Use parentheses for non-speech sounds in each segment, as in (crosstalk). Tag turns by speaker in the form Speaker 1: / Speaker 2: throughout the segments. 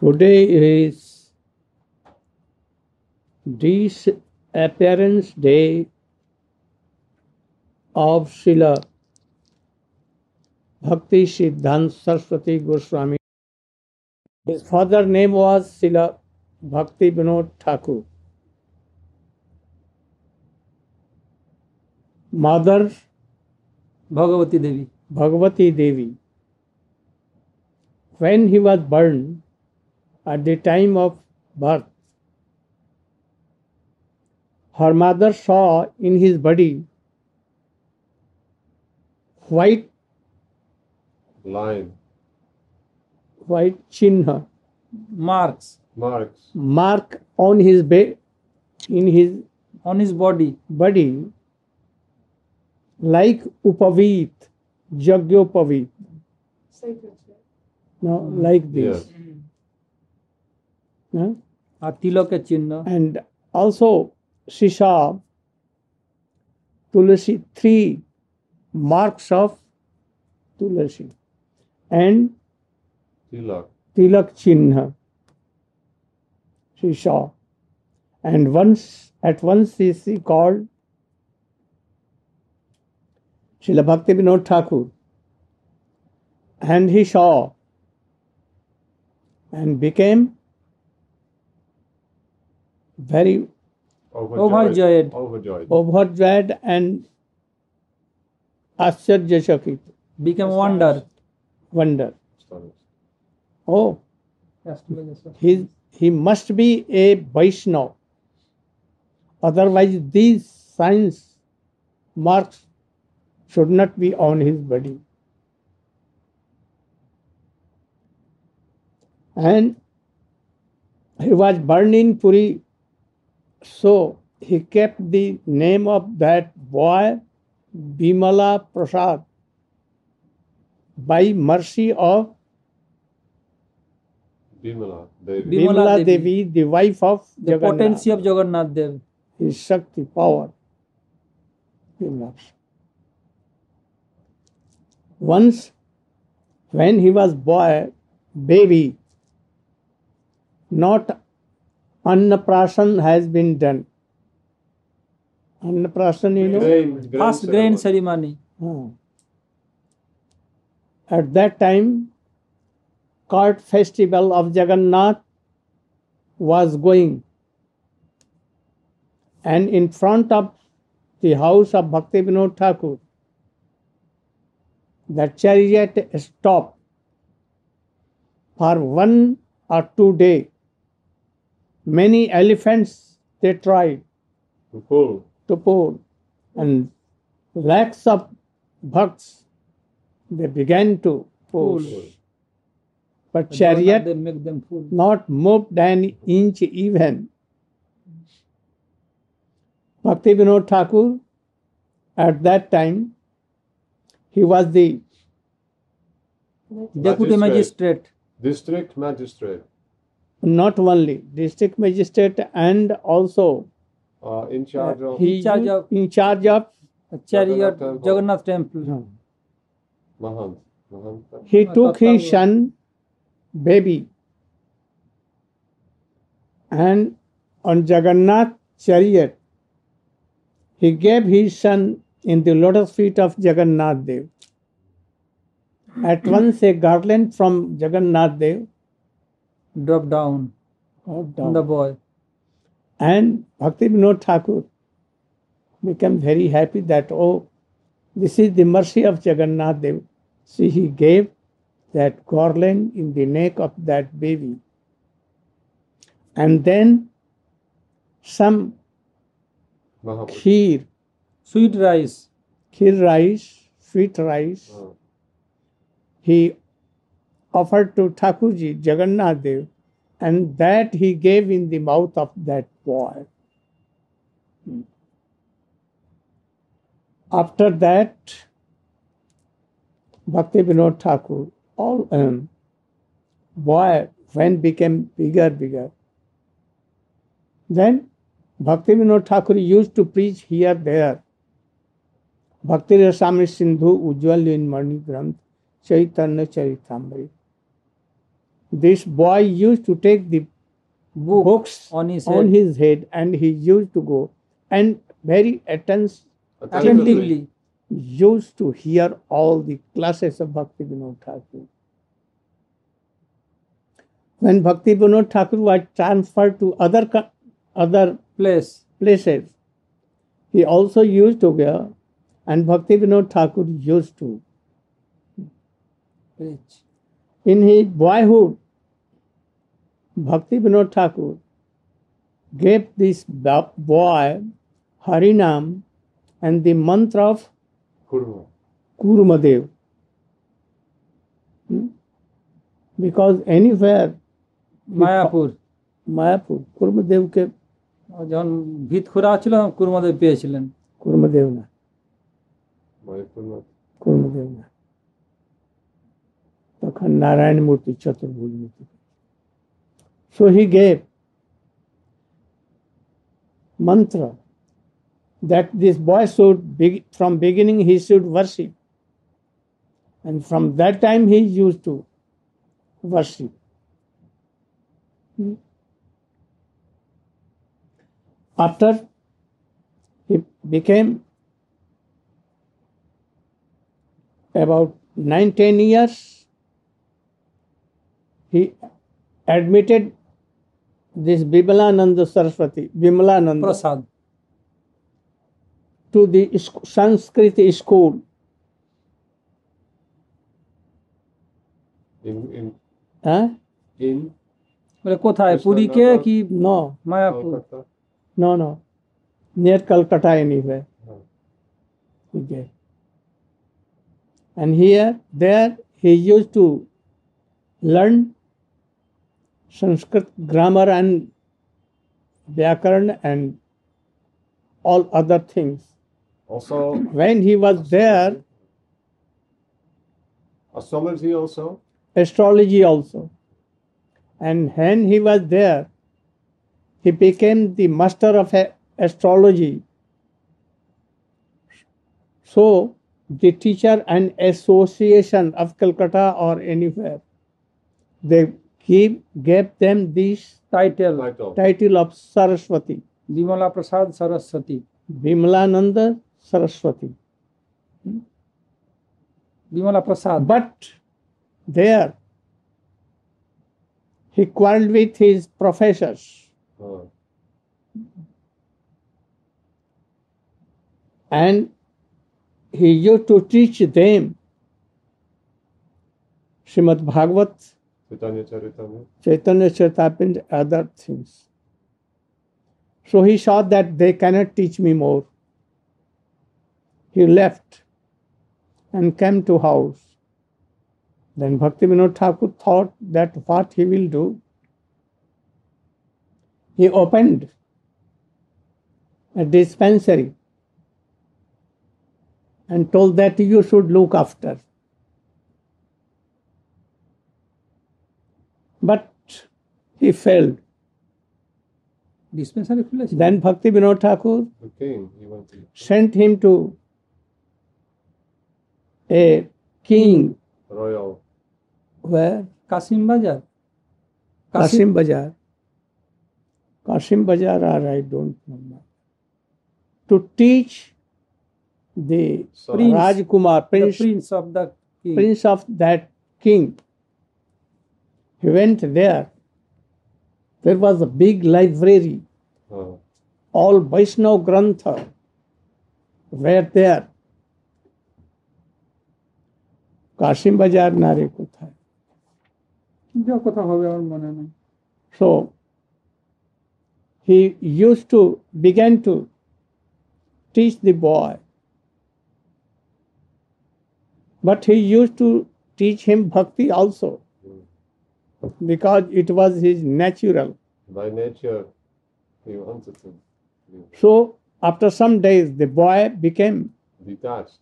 Speaker 1: Today is this appearance day of Srila Bhakti Siddhant Saraswati Goswami. His father name was Srila Bhakti Vinod Thakur. Mother
Speaker 2: Bhagavati Devi.
Speaker 1: Bhagavati Devi. When he was born, at the time of birth, her mother saw in his body white
Speaker 3: line
Speaker 1: white chinha
Speaker 2: Marks
Speaker 3: marks
Speaker 1: mark on his ba- in his
Speaker 2: on his body.
Speaker 1: body like upavit jagyopavit now like this
Speaker 3: Yes.
Speaker 1: huh?
Speaker 2: A tilaka chinna.
Speaker 1: and also she saw tulasi three marks of tulasi and
Speaker 3: tilak
Speaker 1: tilak chinha she saw and once at once she, she called Srila Bhakti Vinod Thakur and he saw and became very
Speaker 3: overjoyed overjoyed
Speaker 1: Oh. overjoyed and ashcharyachakit
Speaker 2: Became wonder.
Speaker 1: wonder
Speaker 3: Sorry.
Speaker 1: oh he, he must be a Vaishnav. Otherwise, these signs, marks, should not be on his body. And he was born in Puri, so he kept the name of that boy Bimala Prasad by mercy of
Speaker 3: bimala devi
Speaker 2: Bim-
Speaker 1: Bimala,
Speaker 2: Bimala
Speaker 1: Devi, the wife of
Speaker 2: The
Speaker 1: Jagannath.
Speaker 2: potency of Jagannath Dev.
Speaker 1: his Shakti power develops. Once, when he was boy, baby, not annaprasan has been done. Annaprasan, you know.
Speaker 3: Grain- grain
Speaker 2: First grain ceremony.
Speaker 1: Hmm. At that time, cart festival of Jagannath was going, and in front of the house of Bhakti Vinod Thakur, the chariot stopped for one or two day. Many elephants they tried
Speaker 3: to pull
Speaker 1: to pour, and lakhs of bhakts they began to pour.
Speaker 2: Pull.
Speaker 1: But
Speaker 2: Jagannath
Speaker 1: chariot
Speaker 2: Dev make them full.
Speaker 1: not moved an inch even. Bhakti Vinod Thakur, at that time, he was the
Speaker 2: Deputy magistrate.
Speaker 3: district magistrate
Speaker 1: not only district magistrate and also
Speaker 3: uh, in charge of
Speaker 1: he
Speaker 2: In charge of-
Speaker 1: in charge of
Speaker 2: A chariot.
Speaker 3: Jagannath
Speaker 2: Jagannath temple.
Speaker 3: mahant mahant
Speaker 1: he
Speaker 2: Uh,
Speaker 1: took his
Speaker 2: Tattva.
Speaker 1: son, baby, and on Jagannath chariot, he gave his son in the lotus feet of Jagannath Dev. At once, a garland from Jagannath Dev
Speaker 2: Drop down
Speaker 1: dropped
Speaker 2: on the
Speaker 1: down,
Speaker 2: boy.
Speaker 1: and Bhakti Vinod Thakur became very happy that oh, this is the mercy of Jagannath Dev. See, he gave that garland in the neck of that baby. And then some
Speaker 3: mahant
Speaker 1: kheer,
Speaker 2: Sweet rice.
Speaker 1: kheer rice, sweet rice,
Speaker 3: Oh. Uh,
Speaker 1: he offered to Thakurji, Jagannath Dev, and that he gave in the mouth of that boy. After that, Bhakti Vinod Thakur, all um, boy, when became bigger, bigger. Then Bhakti Vinod Thakur used to preach here, there. Bhakti Rasami Sindhu, Ujjwal in Mani Granth, Chaitanya Charitamrita. This boy used to take the
Speaker 2: book
Speaker 1: books
Speaker 2: on his
Speaker 1: on
Speaker 2: head
Speaker 1: his head and he used to go and very attentively
Speaker 2: attentively.
Speaker 1: used to hear all the classes of Bhakti Vinod Thakur. When Bhakti Vinod Thakur was transferred to other, co- other
Speaker 2: Place.
Speaker 1: places, he also used to go and Bhakti Vinod Thakur used to.
Speaker 2: Preach.
Speaker 1: In his boyhood, Bhakti Vinod Thakur gave this bo- boy Harinam and the mantra of
Speaker 3: Kurma.
Speaker 1: Kurmadev. Hmm? Because anywhere
Speaker 2: Mayapur
Speaker 1: Mayapur কুর্মদেবকে
Speaker 2: যখন ভিত খোরা ছিল কুরমাদেব পেয়েছিলেন
Speaker 1: কুর্মদেব না
Speaker 3: My Kurma.
Speaker 1: Kurmadev না তখন নারায়ণ মূর্তি চতুর্ভুজ মূর্তি so he gave mantra that this boy should from beginning he should worship and from that time he use to worship. Hmm. After he became about nine, ten years, he admitted this Bimalananda Saraswati, Bimalananda,
Speaker 2: Prasad
Speaker 1: to the sc- Sanskrit school.
Speaker 3: In in
Speaker 1: Huh?
Speaker 3: in
Speaker 2: বলে কোথায়
Speaker 3: কৃষ্ণনগর।
Speaker 2: পুরীকে কি
Speaker 1: No,
Speaker 2: Mayapur
Speaker 3: Kolkata.
Speaker 1: no, no. Near Calcutta, anywhere.
Speaker 3: Huh.
Speaker 1: Okay. And here, there, he used to learn Sanskrit grammar and Vyakaran and all other things.
Speaker 3: Also
Speaker 1: When he was there,
Speaker 3: astrology also.
Speaker 1: astrology also. And when he was there, he became the master of a- astrology. So, the teacher and association of Calcutta or anywhere, they give, gave them this
Speaker 2: title
Speaker 3: Title.
Speaker 1: title of Saraswati,
Speaker 2: Bimala Prasad Saraswati
Speaker 1: Bimlananda Saraswati.
Speaker 2: Bimala Prasad
Speaker 1: But there, he quarreled with his professors.
Speaker 3: Huh.
Speaker 1: and he used to teach them Srimad Bhagavat,
Speaker 3: Chaitanya Charitamrita.
Speaker 1: Chaitanya Chaitamrita, other things. So he saw that they cannot teach me more. He left and came to house. Then Bhakti Vinod Thakur thought that what he will do. He opened a dispensary and told that you should look after. But he failed.
Speaker 2: Dispensary খুলেছে
Speaker 1: Then Bhakti Vinod Thakur
Speaker 3: He came. He went. To,
Speaker 1: sent him to a king
Speaker 3: royal.
Speaker 1: where
Speaker 2: Kasim Bazar Kasim
Speaker 1: Kasim Bazar. Kasim Bazar or I don't know. To teach the
Speaker 3: So
Speaker 2: Prince.
Speaker 1: Rajkumar, Prince,
Speaker 2: prince of the
Speaker 1: prince of that king. He went there. There was a big library,
Speaker 3: Huh.
Speaker 1: all Vaishnav Grantha were there. Kasim Bazar Nare Kuthai.
Speaker 2: কথা হবে আমার মনে নেই
Speaker 1: So he used to began to teach the boy. But he used to teach him bhakti also
Speaker 3: Hmm.
Speaker 1: because it was his natural.
Speaker 3: By nature, he wanted to be
Speaker 1: So after some days, the boy became
Speaker 3: detached.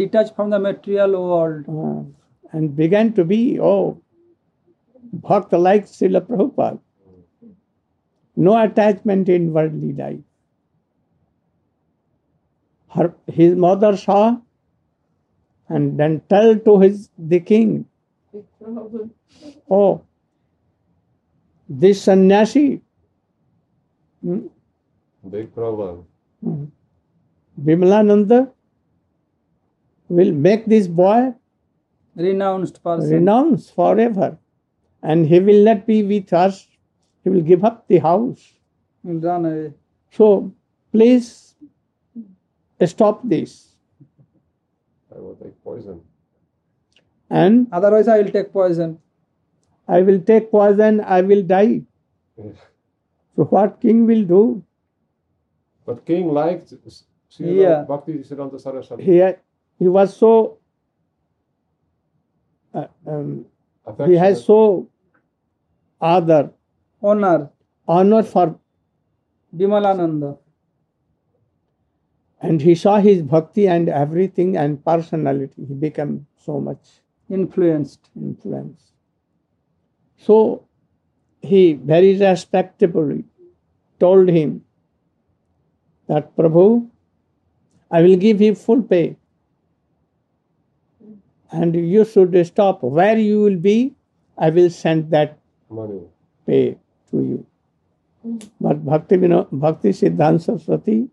Speaker 2: Detach from the material world
Speaker 1: uh, and began to be oh bhakt like Srila Prabhupada. No attachment in worldly life. Her, his mother saw and then tell to his the king, Oh, This sannyasi, hmm,
Speaker 3: Big problem.
Speaker 1: hmm, Vimalananda, will make this boy
Speaker 2: renounced person.
Speaker 1: renounce forever and he will not be with us. He will give up the house.
Speaker 2: Run away.
Speaker 1: So please stop this.
Speaker 3: I will take poison. (laughs)
Speaker 1: And
Speaker 2: Otherwise, I will take poison.
Speaker 1: I will take poison, I will die. So what king will do?
Speaker 3: But king liked S- Srila
Speaker 2: Yeah.
Speaker 3: Bhakti Siddhanta Saraswati.
Speaker 1: He, he was so uh, um, he has so other
Speaker 2: Honor,
Speaker 1: honor for
Speaker 2: Bimalananda.
Speaker 1: and he saw his bhakti and everything and personality he became so much
Speaker 2: Influenced.
Speaker 1: influence so he very respectably told him that prabhu i will give you full pay and you should stop where you will be i will send that
Speaker 3: money.
Speaker 1: pay to you. But Bhakti, Vino- Bhakti Siddhanta Saraswati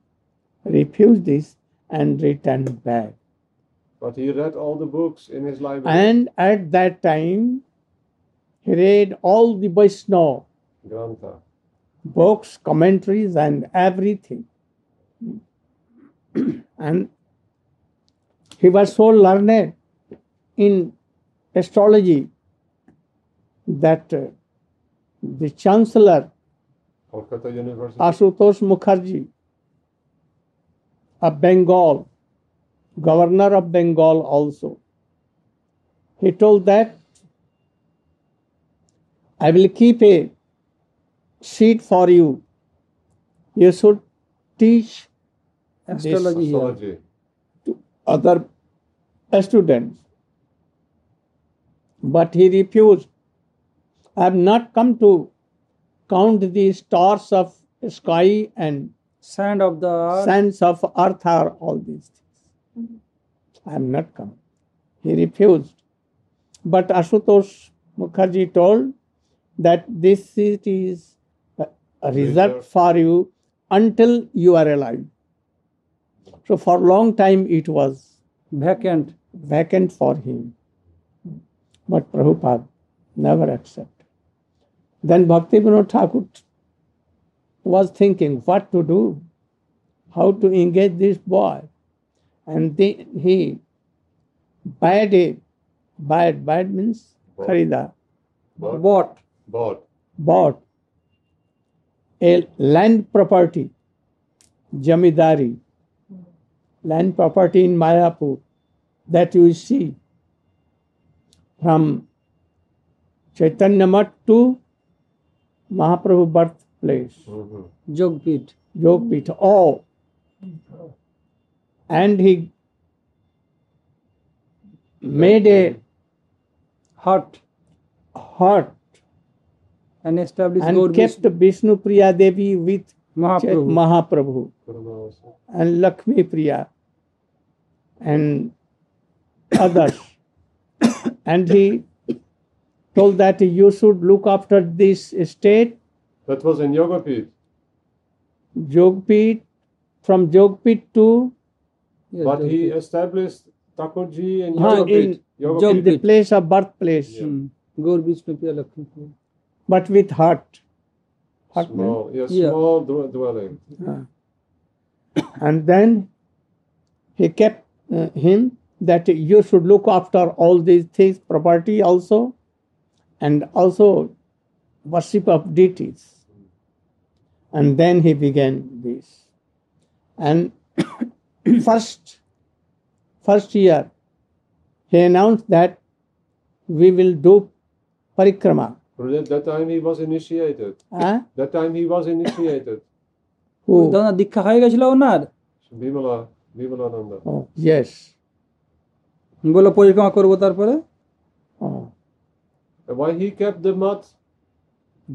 Speaker 1: refused this and returned back.
Speaker 3: But he read all the books in his library.
Speaker 1: And at that time, he read all the Vaishnava
Speaker 3: Grantha.
Speaker 1: books, commentaries, and everything. (clears throat) and he was so learned in astrology that uh, the chancellor
Speaker 3: Kolkata University.
Speaker 1: Ashutosh Mukherjee of Bengal, governor of Bengal also. He told that I will keep a seat for you. You should teach
Speaker 2: Astrology here.
Speaker 3: Astrology.
Speaker 1: other students. But he refused. I have not come to count the stars of sky and
Speaker 2: Sand of the earth.
Speaker 1: sons of earth are all these things. I am not coming. He refused. But Ashutosh Mukherjee told that this seat is uh, reserved
Speaker 3: Reserved.
Speaker 1: for you until you are alive. So for long time it was
Speaker 2: Vacant.
Speaker 1: vacant for him. But Prabhupada never accepted. Then Bhakti Vinod Thakur was thinking what to do, how to engage this boy. And then he bad a bad bad means
Speaker 3: Bought.
Speaker 1: kharida,
Speaker 3: Bought.
Speaker 2: Bought.
Speaker 3: Bought.
Speaker 1: bought a land property, jamidari, land property in Mayapur that you see from Chaitanya Mat to Mahaprabhu birthplace.
Speaker 3: hmm
Speaker 2: Jogpit.
Speaker 1: Yogpit, all. And he made a
Speaker 2: Hut.
Speaker 1: hut
Speaker 2: And established
Speaker 1: and
Speaker 2: Gaur
Speaker 1: kept Vishnu Priya Devi with Ch-
Speaker 2: Mahaprabhu.
Speaker 1: Mahaprabhu and Lakshmi Priya and others. (coughs) and he told that you should look after this estate,
Speaker 3: That was in Yogapit.
Speaker 1: Jogpit, from Jogpit to
Speaker 2: Yes,
Speaker 3: but he
Speaker 2: Jogpit.
Speaker 3: established Takoji in
Speaker 1: Ah,
Speaker 3: Yogapit.
Speaker 1: in
Speaker 3: Yogapit.
Speaker 2: Jog-
Speaker 1: in the
Speaker 2: Jogpit.
Speaker 1: place of birthplace,
Speaker 3: Yeah.
Speaker 2: Hmm. Gaur Vishnu Priya Lakshmi Priya.
Speaker 1: but with heart. Heart means-
Speaker 3: small, yeah,
Speaker 2: Yeah.
Speaker 3: small dw- dwelling.
Speaker 1: and then he kept uh, him that you should look after all these things property also and also worship of deities and then he began this and (coughs) first first year he announced that we will do parikrama
Speaker 3: That that time he was initiated.
Speaker 1: huh?
Speaker 3: That time he was initiated.
Speaker 1: who
Speaker 2: দাদা দীক্ষা হয়ে গেছিল ওনার
Speaker 3: Bimala, Bimalananda.
Speaker 1: oh, yes
Speaker 2: বলো পরিক্রমা করবো তারপরে
Speaker 1: oh.
Speaker 3: And why he kept the mud?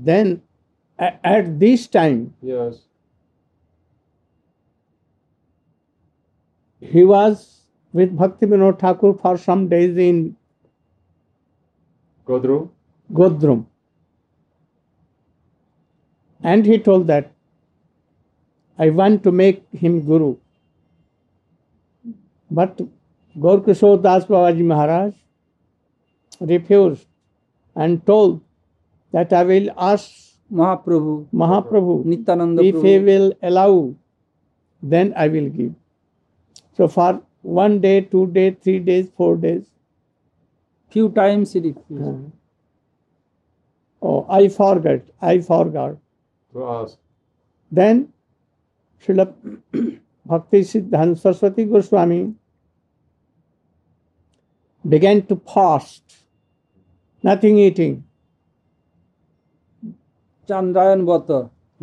Speaker 1: then a- at this time
Speaker 3: Yes.
Speaker 1: he was with Bhakti Vinod Thakur for some days in
Speaker 3: Godru?
Speaker 1: Godrum. And he told that, I want to make him Guru. But Gaurkishore Das Babaji Maharaj refused and told that I will ask
Speaker 2: Mahaprabhu
Speaker 1: Mahaprabhu
Speaker 2: Nityananda
Speaker 1: if
Speaker 2: Prabhu
Speaker 1: he will allow, then I will give. So for one day, two days, three days, four days,
Speaker 2: few times it
Speaker 3: হ্যাঁ।
Speaker 1: uh, oh, I forgot, I forgot.
Speaker 3: to ask.
Speaker 1: Then Srila Bhakti Siddhanta Saraswati Goswami began to fast, nothing eating,
Speaker 2: Chandrayan বত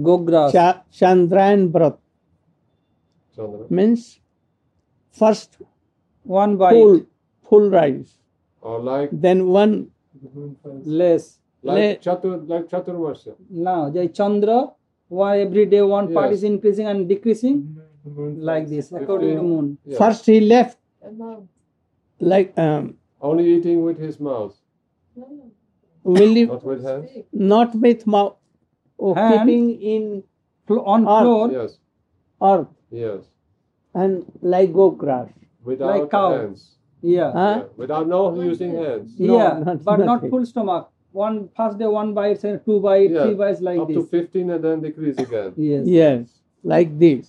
Speaker 2: গোগ্রাস
Speaker 1: Cha- Chandrayan Brat
Speaker 3: Chandra.
Speaker 1: means first
Speaker 2: one by
Speaker 1: full, full rice,
Speaker 3: Or like
Speaker 1: then one
Speaker 2: less
Speaker 1: Le-
Speaker 3: like Chatur like Chaturvasya.
Speaker 2: না যে চন্দ্র one every day one
Speaker 3: Yes.
Speaker 2: Part is increasing and decreasing like this according to moon
Speaker 3: Yeah.
Speaker 1: First, he left like um,
Speaker 3: Only eating with his mouth,
Speaker 1: will he
Speaker 3: not with hands.
Speaker 1: not with mouth, oh,
Speaker 2: Hand.
Speaker 1: keeping in
Speaker 2: on
Speaker 1: Earth,
Speaker 2: floor
Speaker 3: Yes,
Speaker 1: earth
Speaker 3: yes.
Speaker 1: and like go grass.
Speaker 3: Without
Speaker 2: cow.
Speaker 3: hands.
Speaker 2: Yeah
Speaker 1: Huh?
Speaker 3: Yeah, Without Ah, no using hands.
Speaker 1: No,
Speaker 2: Yeah,
Speaker 1: not-
Speaker 2: but not
Speaker 1: nothing.
Speaker 2: full stomach. One first day, one bite, second two bite,
Speaker 3: Yeah,
Speaker 2: three bites like
Speaker 3: Up
Speaker 2: this.
Speaker 3: to 15 and then decrease again.
Speaker 2: Yes.
Speaker 1: Yes, like this.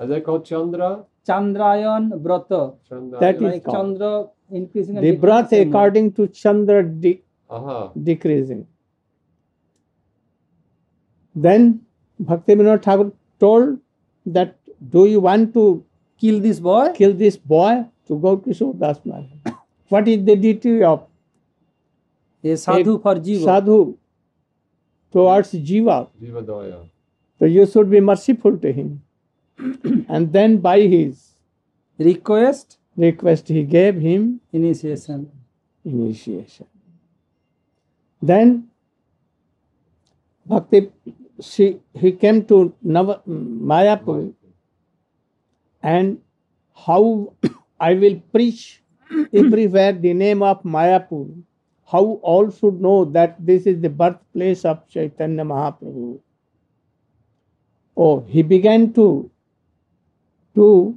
Speaker 3: Are they called Chandra?
Speaker 2: Chandrayan Brata.
Speaker 3: Chandra.
Speaker 1: That is-
Speaker 2: Like
Speaker 1: called.
Speaker 2: Chandra increasing. and
Speaker 1: The breath
Speaker 2: decreasing amount.
Speaker 1: according to Chandra de-
Speaker 3: Aha.
Speaker 1: decreasing. Then Bhakti Vinod Thakur told that do you want to
Speaker 2: Kill this boy.
Speaker 1: kill this boy to go to Sudas Maharaj? (coughs) What is the duty of
Speaker 2: A sadhu for jiva.
Speaker 1: sadhu towards Jiva?
Speaker 3: Jivadaya.
Speaker 1: So you should be merciful to him. (coughs) and then by his
Speaker 2: Request
Speaker 1: request, he gave him
Speaker 2: initiation.
Speaker 1: initiation. Then Bhakti, she, he came to Nav- Mayapur and how I will preach everywhere the name of Mayapur. How all should know that this is the birthplace of Chaitanya Mahaprabhu. Oh, he began to do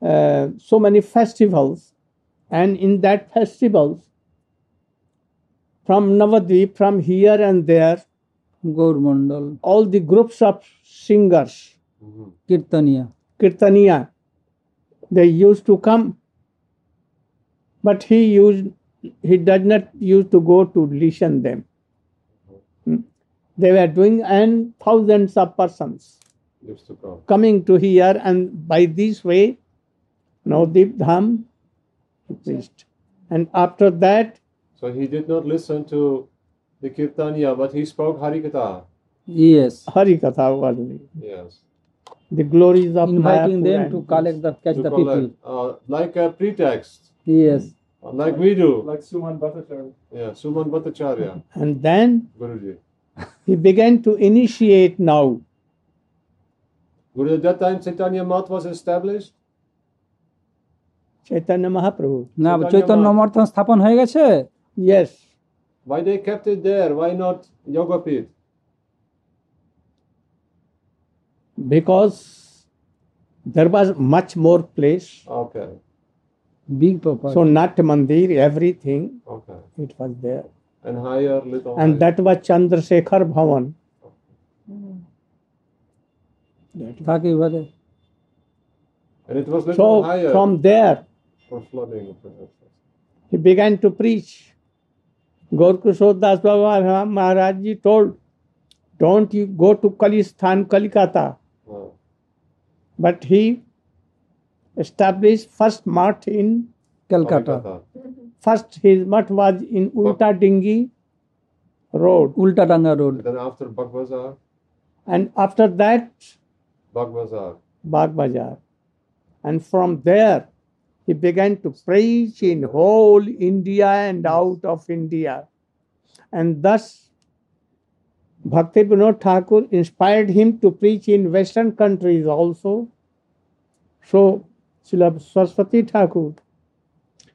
Speaker 1: uh, so many festivals, and in that festivals, from Navadvip, from here and there,
Speaker 2: Gaur Mandal.
Speaker 1: all the groups of singers,
Speaker 3: Mhm.
Speaker 2: Kirtaniya.
Speaker 1: Kirtaniya, they used to come. But he used he does not used to go to listen them. Hmm. They were doing and thousands of persons
Speaker 3: Used to come.
Speaker 1: coming to here and by this way Navadip Dham reached. And after that
Speaker 3: So he did not listen to the Kirtaniya, but he spoke Harikatha.
Speaker 2: Yes.
Speaker 1: Harikatha only.
Speaker 3: Yes.
Speaker 1: The glories of
Speaker 2: Inviting
Speaker 1: Mayapur
Speaker 2: them
Speaker 1: and-
Speaker 2: to collect the catch
Speaker 3: To
Speaker 2: the people.
Speaker 3: collect, Hmm. uh, like a pretext, uh,
Speaker 2: Yes.
Speaker 3: like we do.
Speaker 4: Like Suman Bhattacharya.
Speaker 3: Yeah, Suman Bhattacharya,
Speaker 1: and then
Speaker 3: Guruji.
Speaker 1: he began to initiate now.
Speaker 3: Guru, at that time, Chaitanya Math was established.
Speaker 1: Chaitanya Mahaprabhu.
Speaker 2: না
Speaker 3: Chaitanya
Speaker 2: Chaitanya
Speaker 3: Mahaprabhu.
Speaker 2: মর্থন স্থাপন হয়ে গেছে
Speaker 1: Yes.
Speaker 3: Why they kept it there? Why not Yogapit?
Speaker 1: because there was much more place.
Speaker 3: Okay,
Speaker 2: big papa
Speaker 1: So Nat Mandir, everything,
Speaker 3: okay.
Speaker 1: it was there.
Speaker 3: And higher, little.
Speaker 1: And
Speaker 3: higher.
Speaker 1: that was Chandrasekhar Bhavan.
Speaker 2: থাকে এবারে
Speaker 3: and it was little
Speaker 1: So
Speaker 3: higher
Speaker 1: from there,
Speaker 3: for flooding. perhaps.
Speaker 1: he began to preach. Gaurkishore Das Baba Maharaj Ji told, don't you go to Kalistan, Kalikata.
Speaker 3: Wow.
Speaker 1: But he established first mart in,
Speaker 2: Calcutta
Speaker 3: Harikatha.
Speaker 1: first his mart was in Ulta Dingi Road.
Speaker 2: Ultadanga road
Speaker 3: And then after Bhagwazar,
Speaker 1: And after that,
Speaker 3: Bhagwazar.
Speaker 1: Bagh Bazaar. And from there, he began to preach in whole India and out of India. And thus, Bhakti Vinod Thakur inspired him to preach in Western countries also. So, Srila Saraswati Thakur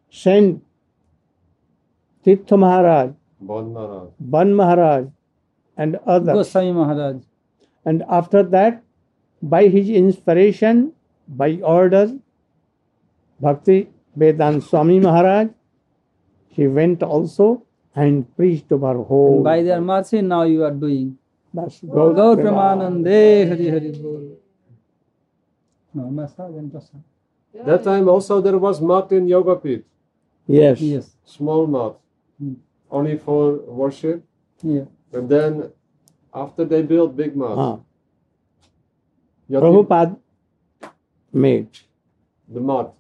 Speaker 1: sent Tirtha Maharaj,
Speaker 3: Bon Maharaj.
Speaker 1: Ban Maharaj, and others
Speaker 2: Goswami Maharaj
Speaker 1: And after that, by his inspiration, by order, Bhakti Vedanta Swami Maharaj, he went also and preached over whole.
Speaker 2: And by their mercy, now you are doing.
Speaker 1: That's
Speaker 2: Gaur
Speaker 1: Gaur Premanand.
Speaker 2: Premanande Hari Hari Bol. No, massage and massage.
Speaker 3: That time also there was mat in Yoga Pit,
Speaker 1: Yes.
Speaker 2: Yes.
Speaker 3: small mat,
Speaker 2: Hmm.
Speaker 3: only for worship.
Speaker 2: Yeah.
Speaker 3: And then after they built big mat,
Speaker 1: Ah,
Speaker 3: Yati-
Speaker 1: Prabhupada made.
Speaker 3: the mat.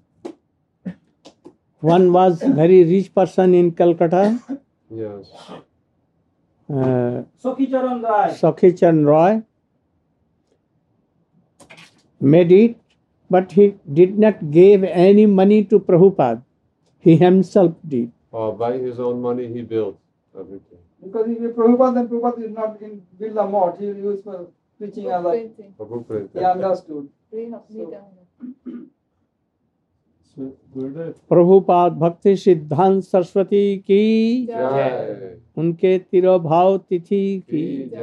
Speaker 1: One was very rich person in Calcutta,
Speaker 3: Yes.
Speaker 1: uh,
Speaker 2: Sokhicharan Rai.
Speaker 1: Sakhichand Roy. Made it, but he did not give any money to Prabhupada. He himself did.
Speaker 3: Uh, by his own money he built everything.
Speaker 2: Because if you Prabhupada, then Prabhupada is not in build the mort. He used for preaching as a,
Speaker 4: Printing.
Speaker 3: Prabhupada.
Speaker 2: he understood.
Speaker 4: Green of meat.
Speaker 3: So, Gurudev.
Speaker 1: Prabhupada Bhakti Siddhanta Saraswati की
Speaker 3: Jai.
Speaker 1: उनके तिरोभाव तिथि की
Speaker 3: Ki Jai.